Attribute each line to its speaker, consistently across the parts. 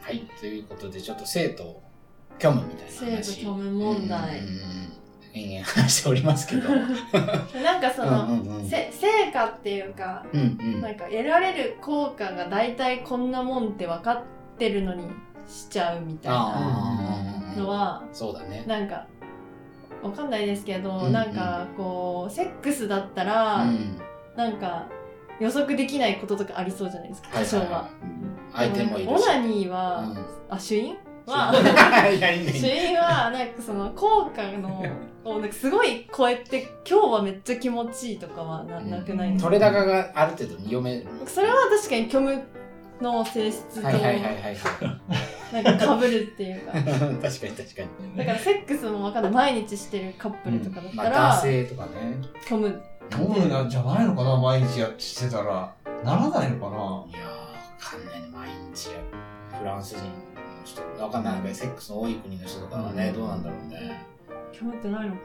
Speaker 1: はい、ということで、ちょっと生徒虚無みたいな
Speaker 2: 生徒
Speaker 1: 話。
Speaker 2: 虚無問題
Speaker 1: うんうんうん。延々話しております けど。うん
Speaker 2: なんかその、
Speaker 1: うんうん。
Speaker 2: せ成果っていうか
Speaker 1: うんうん
Speaker 2: なんか得られる効果が大体こんなもんって分かってるのにしちゃうみたいな
Speaker 1: あ
Speaker 2: の
Speaker 1: あ。
Speaker 2: は
Speaker 1: そうだね。
Speaker 2: なんかわかんないですけど、
Speaker 1: うんうん
Speaker 2: なんかこうセックスだったら、
Speaker 1: うん
Speaker 2: なんか予測できないこととかありそうじゃないですか多少は。
Speaker 1: はいはいはい相手もいる
Speaker 2: オ
Speaker 1: し。
Speaker 2: ナニーは、
Speaker 1: うん
Speaker 2: あ主因は
Speaker 1: はいやいいねいい
Speaker 2: 主
Speaker 1: ね
Speaker 2: 因はなんかその効果 のをなんかすごい超えて今日はめっちゃ気持ちいいとかはななくないですか
Speaker 1: 取れ高がある程度読める。
Speaker 2: それは確かに虚無の性質と
Speaker 1: はいはいはいはい はい。
Speaker 2: なんか被るっていう か
Speaker 1: 確かに確かに。
Speaker 2: だからセックスも分かんない毎日してるカップルとかだっ
Speaker 1: ま
Speaker 2: た
Speaker 1: あ男
Speaker 2: ら
Speaker 1: 性とかね。
Speaker 2: 虚無
Speaker 3: 飲むなんじゃないのかな毎日やってしてたらならないのかない
Speaker 1: やー、わかんないね。毎日やフランス人の人、わかんない。セックスの多い国の人とかはね、
Speaker 3: うん
Speaker 1: どうなんだろうね。
Speaker 2: 虚無ってないのか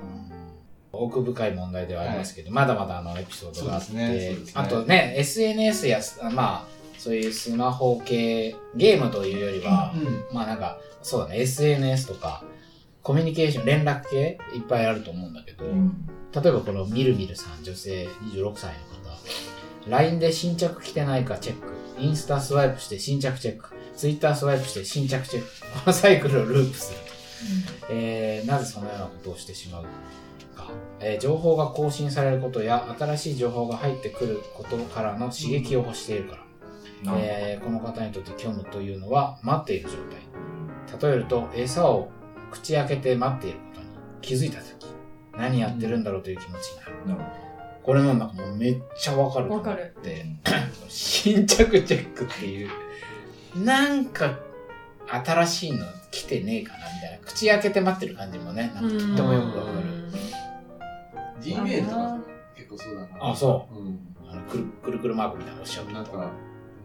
Speaker 1: 奥深い問題ではありますけど、まだまだあのエピソードがあって、
Speaker 3: そうですねそうですね
Speaker 1: あとね SNS やあまあそういうスマホ系ゲームというよりは、
Speaker 3: うん
Speaker 1: まあなんかそうだね SNS とかコミュニケーション連絡系いっぱいあると思うんだけど、例えばこのみるみるさん女性26歳の方 LINE で新着来てないかチェックインスタスワイプして新着チェック Twitter スワイプして新着チェックこのサイクルをループするえーなぜそのようなことをしてしまうか、えー情報が更新されることや新しい情報が入ってくることからの刺激を欲しているから、えーこの方にとって虚無というのは待っている状態例えると餌を口開けて待っていることに気づいた時何やってるんだろうという気持ちになる
Speaker 3: なる
Speaker 1: これもなんかもうめっちゃわかる
Speaker 2: わかる
Speaker 1: って新着チェックっていうなんか新しいの来てねえかなみたいな口開けて待ってる感じもねなんかとてもよくわかる
Speaker 3: G メールとか結構そうだな
Speaker 1: あそう
Speaker 3: うん
Speaker 1: うあのくるくるくるマークみたいなのおっしゃる
Speaker 3: なん
Speaker 1: と
Speaker 3: か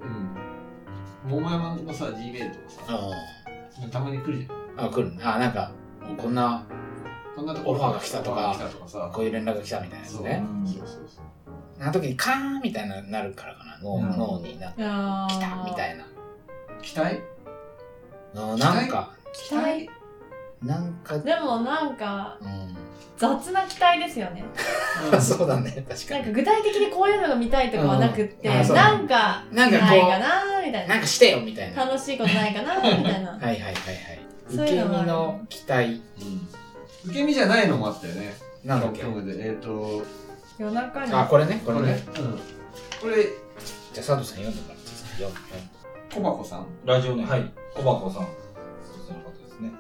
Speaker 3: うん桃山のさ G メールとか
Speaker 1: あ
Speaker 3: さたまに来るじゃん
Speaker 1: あ来るねあなんかこんな
Speaker 3: こんなと
Speaker 1: オファーが来たとか
Speaker 3: オファーが来たとかさ
Speaker 1: こういう連絡が来たみたいなやつ
Speaker 3: そう
Speaker 1: ね
Speaker 3: うんそうそうそう
Speaker 1: あの時にカーンみたいななるからかな脳,、
Speaker 3: うん
Speaker 1: 脳になんか来
Speaker 2: 来
Speaker 1: たみた
Speaker 2: い
Speaker 1: いな
Speaker 3: 期待
Speaker 1: うんなんか
Speaker 2: 期待
Speaker 1: なんか、
Speaker 2: でもなんか
Speaker 1: う
Speaker 2: 雑な期待ですよね
Speaker 1: ん、 そうだね確か
Speaker 2: なん
Speaker 1: に
Speaker 2: か具体的にこういうのが見たいとかはなくって、
Speaker 1: うんあそう
Speaker 2: なんか
Speaker 1: なんかこう
Speaker 2: ないかなみたいな
Speaker 1: なんかしてよみたいな
Speaker 2: 楽しいことないかなみたいな
Speaker 1: はいはいはいはい受
Speaker 2: そう
Speaker 1: け
Speaker 2: い
Speaker 1: 身
Speaker 2: うのは
Speaker 1: の期待
Speaker 3: うん受け身じゃないのもあったよね
Speaker 1: なんだっけ
Speaker 3: 今日でえっと
Speaker 2: 夜中に
Speaker 1: あこれねこ
Speaker 3: こ
Speaker 1: れ
Speaker 3: れ
Speaker 1: ね
Speaker 3: ねこれ
Speaker 1: じゃあ佐藤さん読んでもらっていいですか読む
Speaker 3: 小箱さん
Speaker 4: ラジオネーム、はい、小箱さん。その方ですね。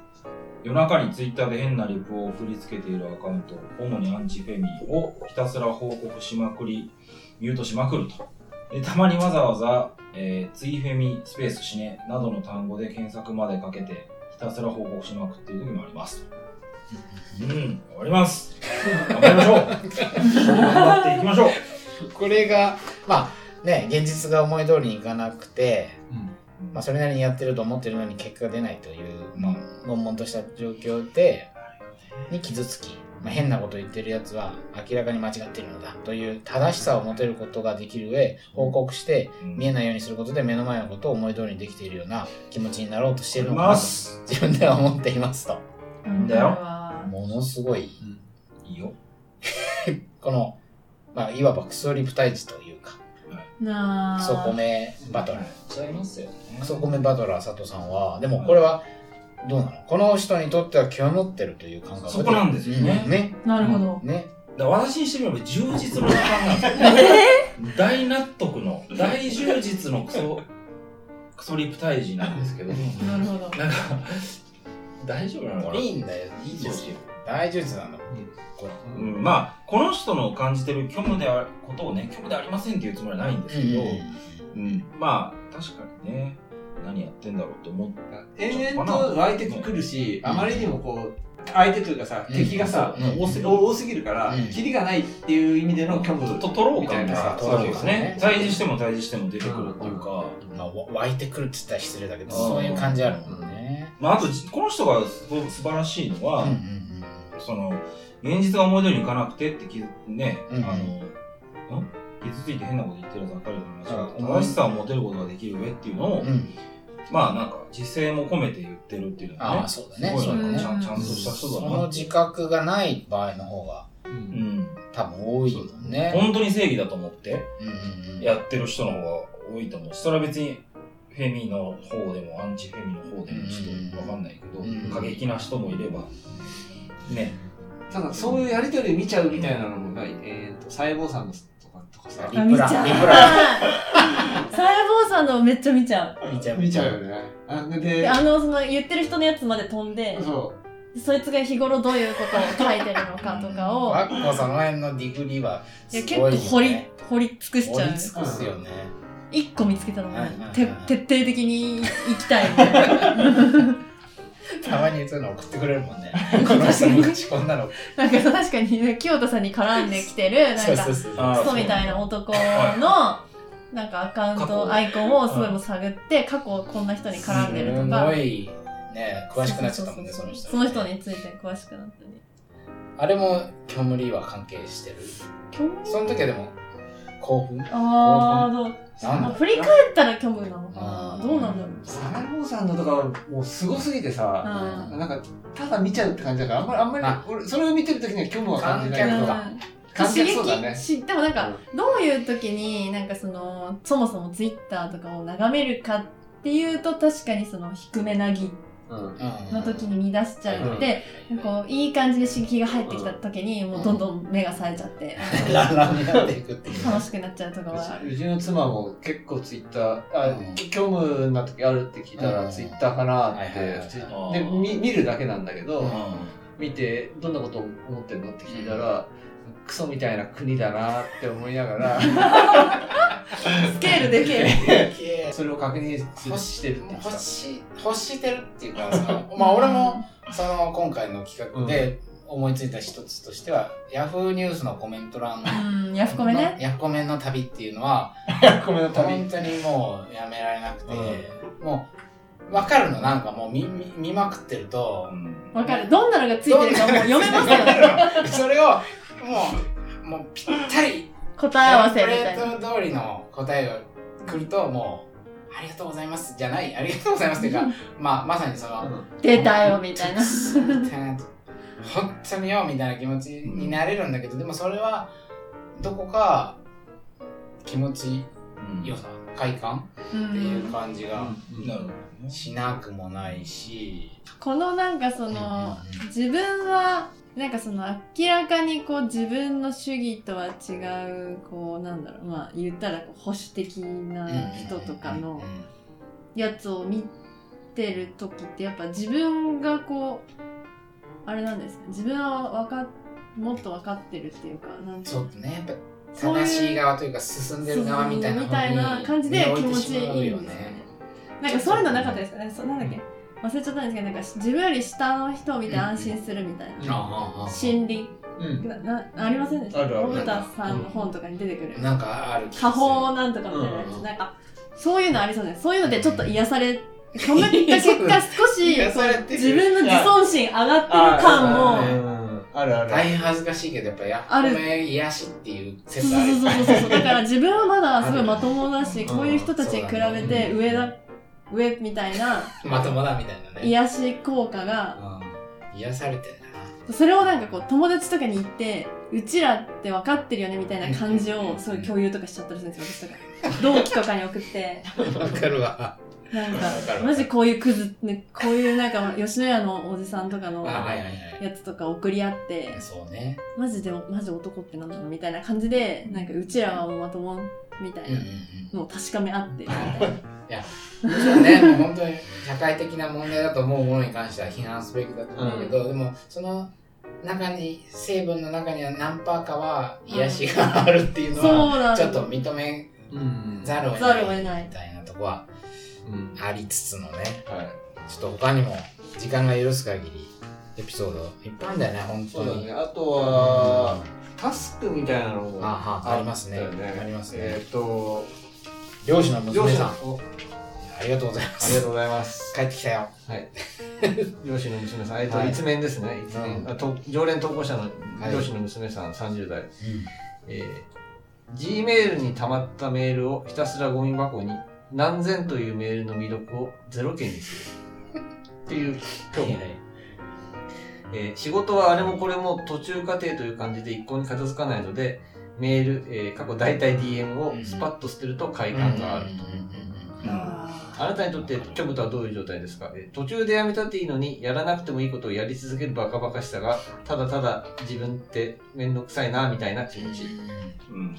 Speaker 4: 夜中にツイッターで変なリプを送りつけているアカウント、主にアンチフェミをひたすら報告しまくり、ミュートしまくると。でたまにわざわざ、えーツイフェミ、スペースしね、などの単語で検索までかけて、ひたすら報告しまくっている時もあります。うん、終わります。頑張りましょう。頑張っていきましょう。
Speaker 1: これがまあね現実が思い通りにいかなくて、まあ、それなりにやってると思ってるのに結果が出ないという、まあ、悶々とした状況でに傷つき、まあ、変なこと言ってるやつは明らかに間違ってるのだという正しさを持てることができる上報告して
Speaker 4: うん
Speaker 1: 見えないようにすることで目の前のことを思い通りにできているような気持ちになろうとしているのかな
Speaker 4: ま
Speaker 1: と
Speaker 4: す。
Speaker 1: 自分では思っていますと
Speaker 2: うん
Speaker 4: だよ
Speaker 2: これは
Speaker 1: ものすごい
Speaker 4: いいよ。
Speaker 1: この、まあ、いわばクソリプタイジというか
Speaker 2: な
Speaker 1: ク
Speaker 2: あ
Speaker 1: ソコメバトラー
Speaker 4: ちゃいますよね。
Speaker 1: クソコメバトラー佐藤さんはでもこれはどうなのこの人にとっては極まってるという感覚
Speaker 4: そこなんですよね
Speaker 1: うんね
Speaker 2: なるほど、
Speaker 1: ね
Speaker 4: だから私にしてみれば充実の時間なんですよ 大納得の大充実のクソクソリプタイジなんですけどなん か
Speaker 2: なるほど
Speaker 4: 大丈夫なのかない
Speaker 1: いんだよいいですよ大丈夫なんだこれ
Speaker 4: うん、まあこの人の感じてる虚無であることをね虚無でありませんっていうつもりはないんですけど、うんまあ確かにね何やってんだろうと思って
Speaker 3: 延々と湧いてくるし、あまりにもこう相手というかさ、
Speaker 1: うん
Speaker 3: 敵がさ、
Speaker 1: うん
Speaker 3: 多す多すぎるから、
Speaker 1: うん
Speaker 3: キリがないっていう意味での虚
Speaker 4: ちょ
Speaker 3: 無
Speaker 4: っと取ろう
Speaker 3: みた
Speaker 4: 感
Speaker 3: い
Speaker 4: が
Speaker 3: なさ
Speaker 1: そう
Speaker 4: そう
Speaker 1: で
Speaker 4: ですす
Speaker 1: ね
Speaker 4: ね対峙しても対峙しても出てくるっていうか、
Speaker 1: まあわ湧いてくるって言ったら失礼だけどそういう感じあるもんね
Speaker 4: まあ、あとじこの人がすごい素晴らしいの
Speaker 1: うん
Speaker 4: は、
Speaker 1: うん
Speaker 4: その現実が思い通りにいかなくてって気づね、
Speaker 1: うん
Speaker 4: あのん傷ついて変なこと言ってるやつばっかりだ
Speaker 1: あ
Speaker 4: から正しさを持てることができる上っていうのを
Speaker 1: うんうん
Speaker 4: まあなんか、自制も込めて言ってるっていうの
Speaker 1: あ
Speaker 4: は
Speaker 1: あ、
Speaker 4: ね、
Speaker 1: そうだ
Speaker 4: す
Speaker 1: ね。
Speaker 4: ごい
Speaker 1: そうだ
Speaker 4: なんか
Speaker 1: ね。
Speaker 4: ちゃ
Speaker 2: うん
Speaker 4: んちゃんとした人
Speaker 1: そ
Speaker 4: だ
Speaker 1: の
Speaker 4: な。
Speaker 1: 自覚がない場合の方が
Speaker 3: う
Speaker 4: うんん。
Speaker 1: 多分多いもんね。
Speaker 4: 本当に正義だと思って
Speaker 1: うんうんうん。
Speaker 4: やってる人の方が多いと思うしそれは別にフェミの方でもアンチフェミの方でもちょっとわかんないけど、
Speaker 1: うん
Speaker 4: 過激な人もいれば、ね、
Speaker 3: ただそういうやりとり見ちゃうみたいなのもない、えっ、と細胞さんのとかとかさ
Speaker 1: リプラ
Speaker 2: 見ちゃう
Speaker 1: リプラ
Speaker 2: 細胞さんのめっちゃ見ちゃう
Speaker 1: 見ちゃう
Speaker 3: 見ちゃうよねあ
Speaker 2: で
Speaker 3: で
Speaker 2: あのその言ってる人のやつまで飛んで
Speaker 3: そ
Speaker 2: そいつが日頃どういうことを書いてるのかとかを
Speaker 1: わっこその辺のディグリは、
Speaker 2: い
Speaker 1: す
Speaker 2: や
Speaker 1: ごい
Speaker 2: 結構
Speaker 1: よね
Speaker 2: 掘り掘り尽くしちゃ
Speaker 1: 掘
Speaker 2: う
Speaker 1: り尽くすよね。
Speaker 2: 一個見つけたのも
Speaker 1: はいはいはい
Speaker 2: て徹底的に行きたいみたい な
Speaker 1: たまにそういうの送ってくれるもん ね。この人昔こんなの。
Speaker 2: なんか確かにね清田さんに絡んできてるなんか
Speaker 1: そうそうそう。
Speaker 4: あ
Speaker 2: ク
Speaker 4: ー
Speaker 2: ソみたいな男のなんかアカウン
Speaker 4: 過去
Speaker 2: トアイコンをすごいもう探って過去こんな人に絡んでるとか
Speaker 1: すごい、ね、詳しくなっちゃったもんね、その人。
Speaker 2: その人。について詳しくなったね
Speaker 1: あれも、虚無理は関係してる。
Speaker 2: 虚無
Speaker 1: その時はでも、興奮
Speaker 2: ああど
Speaker 1: な
Speaker 2: う
Speaker 1: んだ
Speaker 2: あ振り返ったら虚無なのか
Speaker 1: あ
Speaker 2: な
Speaker 1: ー
Speaker 2: どうなんだろう
Speaker 3: う細胞さんのとかはもうすごすぎてさ
Speaker 2: あ
Speaker 3: なんかただ見ちゃうって感じだからあんまりあんまり、
Speaker 1: あ
Speaker 3: 俺それを見てる時には虚無は感じない
Speaker 2: ー
Speaker 3: け
Speaker 1: 逆
Speaker 3: ど
Speaker 1: だ
Speaker 2: うん
Speaker 3: 観
Speaker 2: 刺
Speaker 3: 客
Speaker 2: 激
Speaker 3: そうだね
Speaker 2: しでもなんかどういう時になんかそのそもそもツイッターとかを眺めるかっていうと確かにその低めなぎ
Speaker 3: うん
Speaker 2: の時に見出しちゃうっ
Speaker 3: うん
Speaker 2: て、こういい感じで刺激が入ってきた時にもうどんどん目が冴えちゃって、
Speaker 1: ランランになっていくっていうね。
Speaker 2: 楽しくなっちゃうとかはある
Speaker 3: うちの妻も結構ツイッターあ、
Speaker 1: うん
Speaker 3: 虚無な時あるって聞いた
Speaker 1: う
Speaker 3: ら
Speaker 1: ん
Speaker 3: ツイッターかなって、
Speaker 1: はいはいはい
Speaker 3: ツイ
Speaker 4: あー
Speaker 3: で見見るだけなんだけど、
Speaker 1: うん
Speaker 3: 見てどんなことを思ってるのって聞いたら、クソみたいな国だなって思いながら
Speaker 2: スケールでけえ
Speaker 3: それを確認するしてるって言って
Speaker 1: 欲
Speaker 3: た
Speaker 1: し欲してるっていうかそのまあ俺もその今回の企画で思いついた一つとしては、ヤフーニュースのコメント欄
Speaker 2: うんヤフコメね
Speaker 1: ヤフコメの旅っていうのは
Speaker 3: ごめんなさい
Speaker 1: 本当にもうやめられなくて、もう分かるのなんかもう見見見まくってると
Speaker 4: うん
Speaker 2: わかるどんなのがついてるかもう読めますよね
Speaker 1: それをもうもうぴったり
Speaker 2: 答え合わせみたい
Speaker 1: テ
Speaker 2: な
Speaker 1: ンプレート通りの答えが来るともうありがとうございますじゃないありがとうございますっていうか、まあ、まさにその
Speaker 2: 出たよみたいな
Speaker 1: くっそみたいな本当によみたいな気持ちになれるんだけどでもそれはどこか気持ち
Speaker 4: うん
Speaker 1: よさ快感
Speaker 2: う
Speaker 1: っていうん感じが
Speaker 4: なるほどね
Speaker 1: しなくもないし、
Speaker 2: このなんかその自分はなんかその明らかにこう自分の主義とは違うこうなんだろうまあ言ったらこう保守的な人とかのやつを見てる時ってやっぱ自分がこうあれなんですか自分はわかもっと分かってるっていうかなん
Speaker 1: ちょっとねやっぱ
Speaker 2: そういう
Speaker 1: 正しい側というか進んでる側みたいな
Speaker 2: みたいな感じで気持ちいいんですよね。なんかそういうのなかったですかねそなんだっけ忘れちゃったんですけどなんか自分より下の人を見て安心するみたいな
Speaker 1: あ
Speaker 2: 心理
Speaker 3: うん
Speaker 2: ななありませんでした
Speaker 3: あるある
Speaker 2: 小田さんの本とかに出てくる
Speaker 1: あなんかある
Speaker 2: 家宝なんとかみたいなやつ、
Speaker 3: うん
Speaker 2: なんかそういうのありそうですそういうのでちょっと癒されか むった結果少し
Speaker 1: 癒されてる
Speaker 2: 自分の自尊心上がってる
Speaker 1: あ
Speaker 2: 感
Speaker 1: ー
Speaker 2: も
Speaker 3: あるある
Speaker 1: 大変恥ずかしいけどやっぱやっ
Speaker 2: あ
Speaker 1: ぱ
Speaker 2: る
Speaker 1: 癒しっていう
Speaker 2: そう
Speaker 1: 説
Speaker 2: そ
Speaker 1: あ
Speaker 2: う
Speaker 1: る
Speaker 2: そうそうそうだから自分はまだすごいまともだ
Speaker 1: う
Speaker 2: し
Speaker 1: ん
Speaker 2: こういう人たちに比べて上だ上みたいな
Speaker 1: まともだみたいなね
Speaker 2: 癒し効果が
Speaker 1: うん癒されてんだな
Speaker 2: それをなんかこう友達とかに言ってうちらって分かってるよねみたいな感じをすごい共有とかしちゃったりするんですよ私とか同期とかに送って
Speaker 1: わかるわ。
Speaker 2: なん
Speaker 1: わかるわ
Speaker 2: か、マジこういうクズ、ね、こういうなんか、吉野家のおじさんとかの
Speaker 1: はいはい
Speaker 2: や
Speaker 1: は
Speaker 2: つとか送り合って
Speaker 1: い。、そうね。
Speaker 2: マジで、マジ男ってなんだろうみたいな感じで、なんか、うちらはもうまともみた
Speaker 1: う
Speaker 2: い
Speaker 1: んうん
Speaker 2: なのを確かめ合って、みたいな
Speaker 1: うん。もちろんね、もう本当に社会的な問題だと思うものに関しては批判すべきだと思うけど、でも、その中に、成分の中には何パーかは癒しがあるっていうの
Speaker 2: そう
Speaker 1: は、
Speaker 2: なん
Speaker 1: ちょっと認め
Speaker 3: うん
Speaker 1: ざるを
Speaker 2: ざるを
Speaker 1: 得
Speaker 2: 得
Speaker 1: な
Speaker 2: ないい
Speaker 1: みたいなとこは
Speaker 3: うん
Speaker 1: ありつつのね、
Speaker 3: はい
Speaker 1: ちょっと他にも時間が許す限り、エピソードいっぱいあるんだよね、本
Speaker 3: そ
Speaker 1: 当
Speaker 3: うだ
Speaker 1: に。
Speaker 3: ねあとはタスクみたいなのも
Speaker 1: あはあありますね
Speaker 3: あったよ
Speaker 1: ありますね
Speaker 3: えっと
Speaker 1: 漁師の
Speaker 3: 両
Speaker 1: 娘
Speaker 3: 親
Speaker 1: さん、
Speaker 3: お
Speaker 1: ありがとうございま
Speaker 3: ありが
Speaker 1: す。
Speaker 3: とうございます
Speaker 1: 帰ってきたよ。
Speaker 3: はい。 漁師の娘さん、えっと、
Speaker 1: はい
Speaker 3: 一面ですね。一面
Speaker 1: うん
Speaker 3: あと常連投稿者の
Speaker 1: はい
Speaker 3: 漁師の娘さん、30代。えー G メールに溜まったメールをひたすらゴミ箱に何千というメールの魅力をゼロ件にする。っていう興味ない。えー仕事はあれもこれも途中過程という感じで一向に片付かないので、メール、えー過去大体 DM をスパッと捨てると快感がある。
Speaker 2: あ
Speaker 3: あなたにとって虚無とはどういう状態ですかえー途中でやめたっていいのに、やらなくてもいいことをやり続けるバカバカしさが、ただただ自分ってめんどくさいな、みたいな気持ち。
Speaker 4: うん。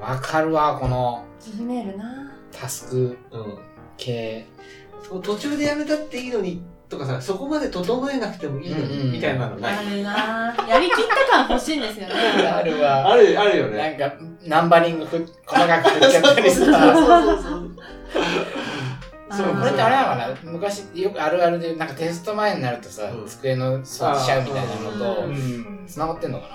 Speaker 1: わかるわ、この
Speaker 2: ー G メールな
Speaker 1: タスク
Speaker 3: うん。
Speaker 1: 系。
Speaker 3: そう途中でやめたっていいのにとかさそこまで整えなくてもいいの
Speaker 1: うんう
Speaker 3: に
Speaker 1: ん
Speaker 3: みたいなのない、
Speaker 2: あるなやりきった感欲しいんですよね
Speaker 1: あるわ。
Speaker 3: あるあるよ
Speaker 1: な
Speaker 3: ね
Speaker 1: んか、ナンバリングふ細かく振っちゃったりさ。
Speaker 3: そうそうそうそう
Speaker 2: あー
Speaker 1: これってあれなのかな昔よくあるあるで、なんかテスト前になるとさ、
Speaker 3: うん
Speaker 1: 机の掃除しちゃうみたいな
Speaker 2: う
Speaker 1: のと、
Speaker 4: ん
Speaker 1: 繋がってんのか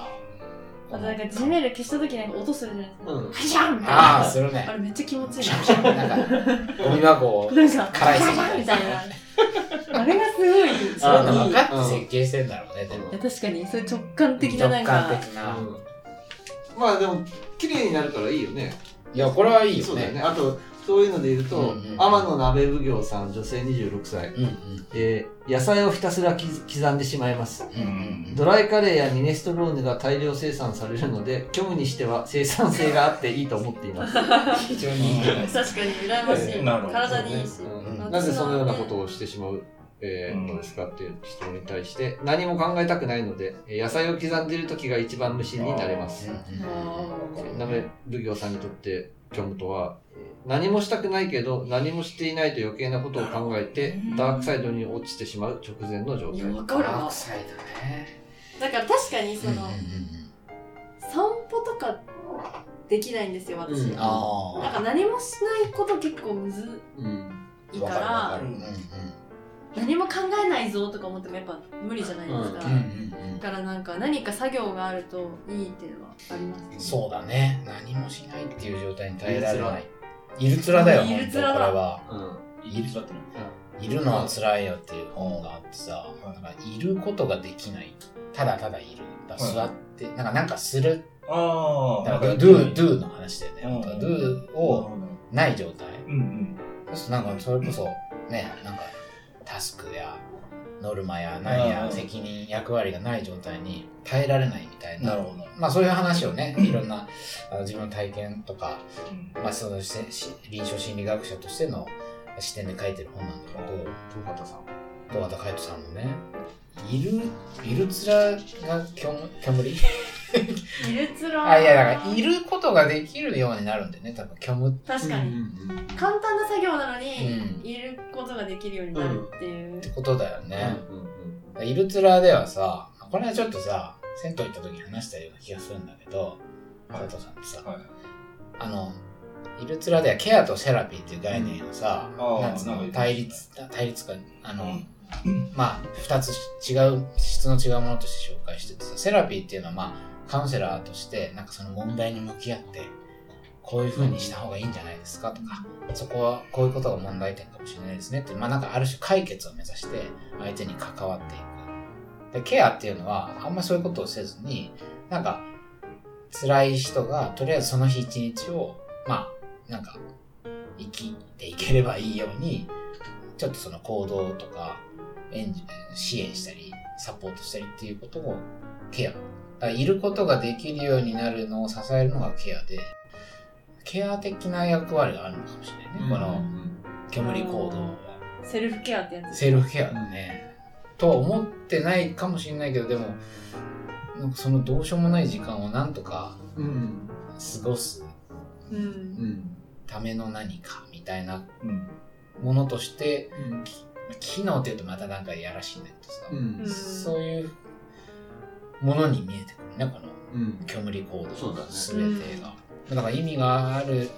Speaker 1: な
Speaker 2: あとなんか G メール消した時なんか音するじゃないですか
Speaker 3: うん
Speaker 2: パシャンみたい
Speaker 1: ああ、
Speaker 2: な
Speaker 1: する
Speaker 2: あ
Speaker 1: ね。
Speaker 2: れめっちゃ気持ちいい
Speaker 1: シ
Speaker 2: な
Speaker 1: ャンシャンなんか、ゴミ箱を。
Speaker 2: なんか、
Speaker 1: 辛いですね
Speaker 2: ガシャガシャみたいな。あれがすごい。
Speaker 1: そういうの
Speaker 3: あー
Speaker 1: 分かって設計してんだろうね、でも
Speaker 2: いや。確かに、そういう直感的なな
Speaker 1: 直
Speaker 2: んか
Speaker 1: 感。的な。
Speaker 3: うんまあでも綺麗になるからいいよね
Speaker 1: いや、これはいい
Speaker 3: そ
Speaker 1: よ
Speaker 3: うだよね
Speaker 1: ね。
Speaker 3: あとそういうので言うと、
Speaker 1: うんうん
Speaker 3: 天野鍋奉行さん女性26歳、
Speaker 1: うんうん
Speaker 3: えー野菜をひたすらき刻んでしまいます
Speaker 1: うんうん
Speaker 3: ドライカレーやミネストローネが大量生産されるので虚無にしては生産性があっていいと思っています
Speaker 1: 非常にいいじゃないですか。
Speaker 2: 確かに、羨ましい。
Speaker 4: なるほど
Speaker 2: 体にいいし。
Speaker 1: うん
Speaker 3: なぜそのようなことをしてしまう、えーのですかっていう質問に対して何も考えたくないのでえー野菜を刻んでいる時が一番無心になれます鍋奉行さんにとって虚無とはえー何もしたくないけど何もしていないと余計なことを考えてダークサイドに落ちてしまう直前の状
Speaker 2: い
Speaker 3: 態
Speaker 2: や、わか
Speaker 1: ダ
Speaker 2: る
Speaker 1: ー
Speaker 2: わ
Speaker 1: ク。サイドね。
Speaker 2: だから確かに、その
Speaker 1: うんうん、うん
Speaker 2: 散歩とかできないんですよ、私。
Speaker 3: うん
Speaker 2: なん
Speaker 1: あ
Speaker 2: か何もしないこと結構むず
Speaker 3: うん
Speaker 2: い
Speaker 1: あ。
Speaker 2: か
Speaker 1: わるわ
Speaker 2: ら
Speaker 1: かる。うんうん
Speaker 2: 何も考えないぞとか思ってもやっぱ無理じゃないですか。
Speaker 3: う
Speaker 1: うんうん
Speaker 2: だからなんか何か作業があるといいっていうのはあります
Speaker 1: う
Speaker 2: ね
Speaker 1: ん。そうだね。何もしないっていう状態に耐えられない。いるつらだよ、
Speaker 2: い
Speaker 1: 本
Speaker 2: る
Speaker 1: 当
Speaker 2: つ
Speaker 1: これ
Speaker 2: らだ
Speaker 1: は。
Speaker 3: うん
Speaker 4: イギリスだったの
Speaker 1: いるのは辛いよっていう本があってさ、なんかいることができない。ただただいる。だから座って、なんかなんかする。
Speaker 4: ああ。
Speaker 1: だから、do, do の話だよね。
Speaker 4: うん
Speaker 1: なんか do をない状態。
Speaker 4: うんうん。
Speaker 1: そうするとなんかそれこそねなんかタスクやノルマや何
Speaker 4: う
Speaker 1: や
Speaker 4: ん
Speaker 1: 責任役割がない状態に耐えられないみたい
Speaker 4: な
Speaker 1: な
Speaker 4: るほど。
Speaker 1: まあそういう話を ねいろんなあの自分の体験とか、まあ、そのしし臨床心理学者としての視点で書いてる本なんだけ
Speaker 3: 東方さん
Speaker 1: ど戸畑海人さんのねいるいるつらが虚無虚無理
Speaker 2: いるつら
Speaker 1: あいやだからいることができるようになるんだよね多分虚無って
Speaker 2: 確か
Speaker 3: う
Speaker 2: に
Speaker 3: ん
Speaker 2: 簡単な作業なのに、
Speaker 1: うん
Speaker 2: いることができるようになるっていう、
Speaker 1: ことだよね、
Speaker 3: うんうん
Speaker 1: イルツラではさ、これはちょっとさ、銭湯行った時に話したような気がするんだけど、佐藤さんってさ、
Speaker 4: はい。
Speaker 1: あの、イルツラではケアとセラピーっていう概念をさ、
Speaker 4: うんあー
Speaker 1: なんつう
Speaker 4: なんか
Speaker 1: の、
Speaker 4: 言ってました
Speaker 1: 対立、対立か、あの、
Speaker 4: うん
Speaker 1: まあ、二つ違う、質の違うものとして紹介しててさ、セラピーっていうのはまあ、カウンセラーとして、なんかその問題に向き合って、こういう風にした方がいいんじゃないですかとか、そこはこういうことが問題点かもしれないですねって、まあなんかある種解決を目指して、相手に関わっていく。で、ケアっていうのは、あんまりそういうことをせずに、なんか、辛い人が、とりあえずその日一日を、まあ、なんか、生きていければいいように、ちょっとその行動とか、援助支援したり、サポートしたりっていうことをケア。だからいることができるようになるのを支えるのがケアで、ケア的な役割があるのかもしれないね。こ
Speaker 3: う
Speaker 1: の
Speaker 3: ん
Speaker 1: 煙行動は。
Speaker 2: セルフケアってやつ
Speaker 1: セルフケアだね、とは思ってないかもしれないけどでもなんかそのどうしようもない時間をなんとか
Speaker 3: うん
Speaker 1: 過ごす
Speaker 2: う
Speaker 3: うんん
Speaker 1: ための何かみたいな
Speaker 4: うん。
Speaker 1: ものとして
Speaker 3: うん
Speaker 1: 機能っていうとまたなんかやらしいんだけどさ、
Speaker 3: うん
Speaker 1: そういうものに見えてくるねこの
Speaker 3: うん
Speaker 1: 煙行動
Speaker 3: そうだね
Speaker 1: 全てが、だから意味がある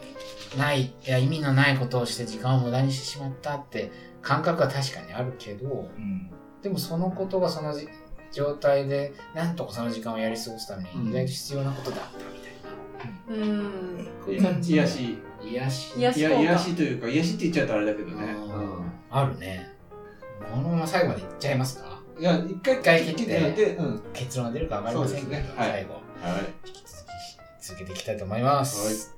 Speaker 1: ないいや意味のないことをして時間を無駄にしてしまったって感覚は確かにあるけど、
Speaker 4: うん。
Speaker 1: でもそのことがそのじ状態でなんとかその時間をやり過ごすため
Speaker 3: うん
Speaker 1: に意外と必要なことだったみたい
Speaker 2: うん
Speaker 3: こういう感じ癒やし
Speaker 1: な、癒やし
Speaker 2: 癒やし
Speaker 3: いや
Speaker 2: 効果
Speaker 3: 癒やしというか癒やしって言っちゃうとあれだけどねうん
Speaker 1: あーあるねこのまま最後までいっちゃいますか
Speaker 3: いや、一回
Speaker 1: 一回切って
Speaker 3: やって、うん。
Speaker 1: 結論が出るか分かりませんけど、
Speaker 3: そうですねはい
Speaker 1: 最後
Speaker 3: はい。
Speaker 1: 引き続き続けていきたいと思います、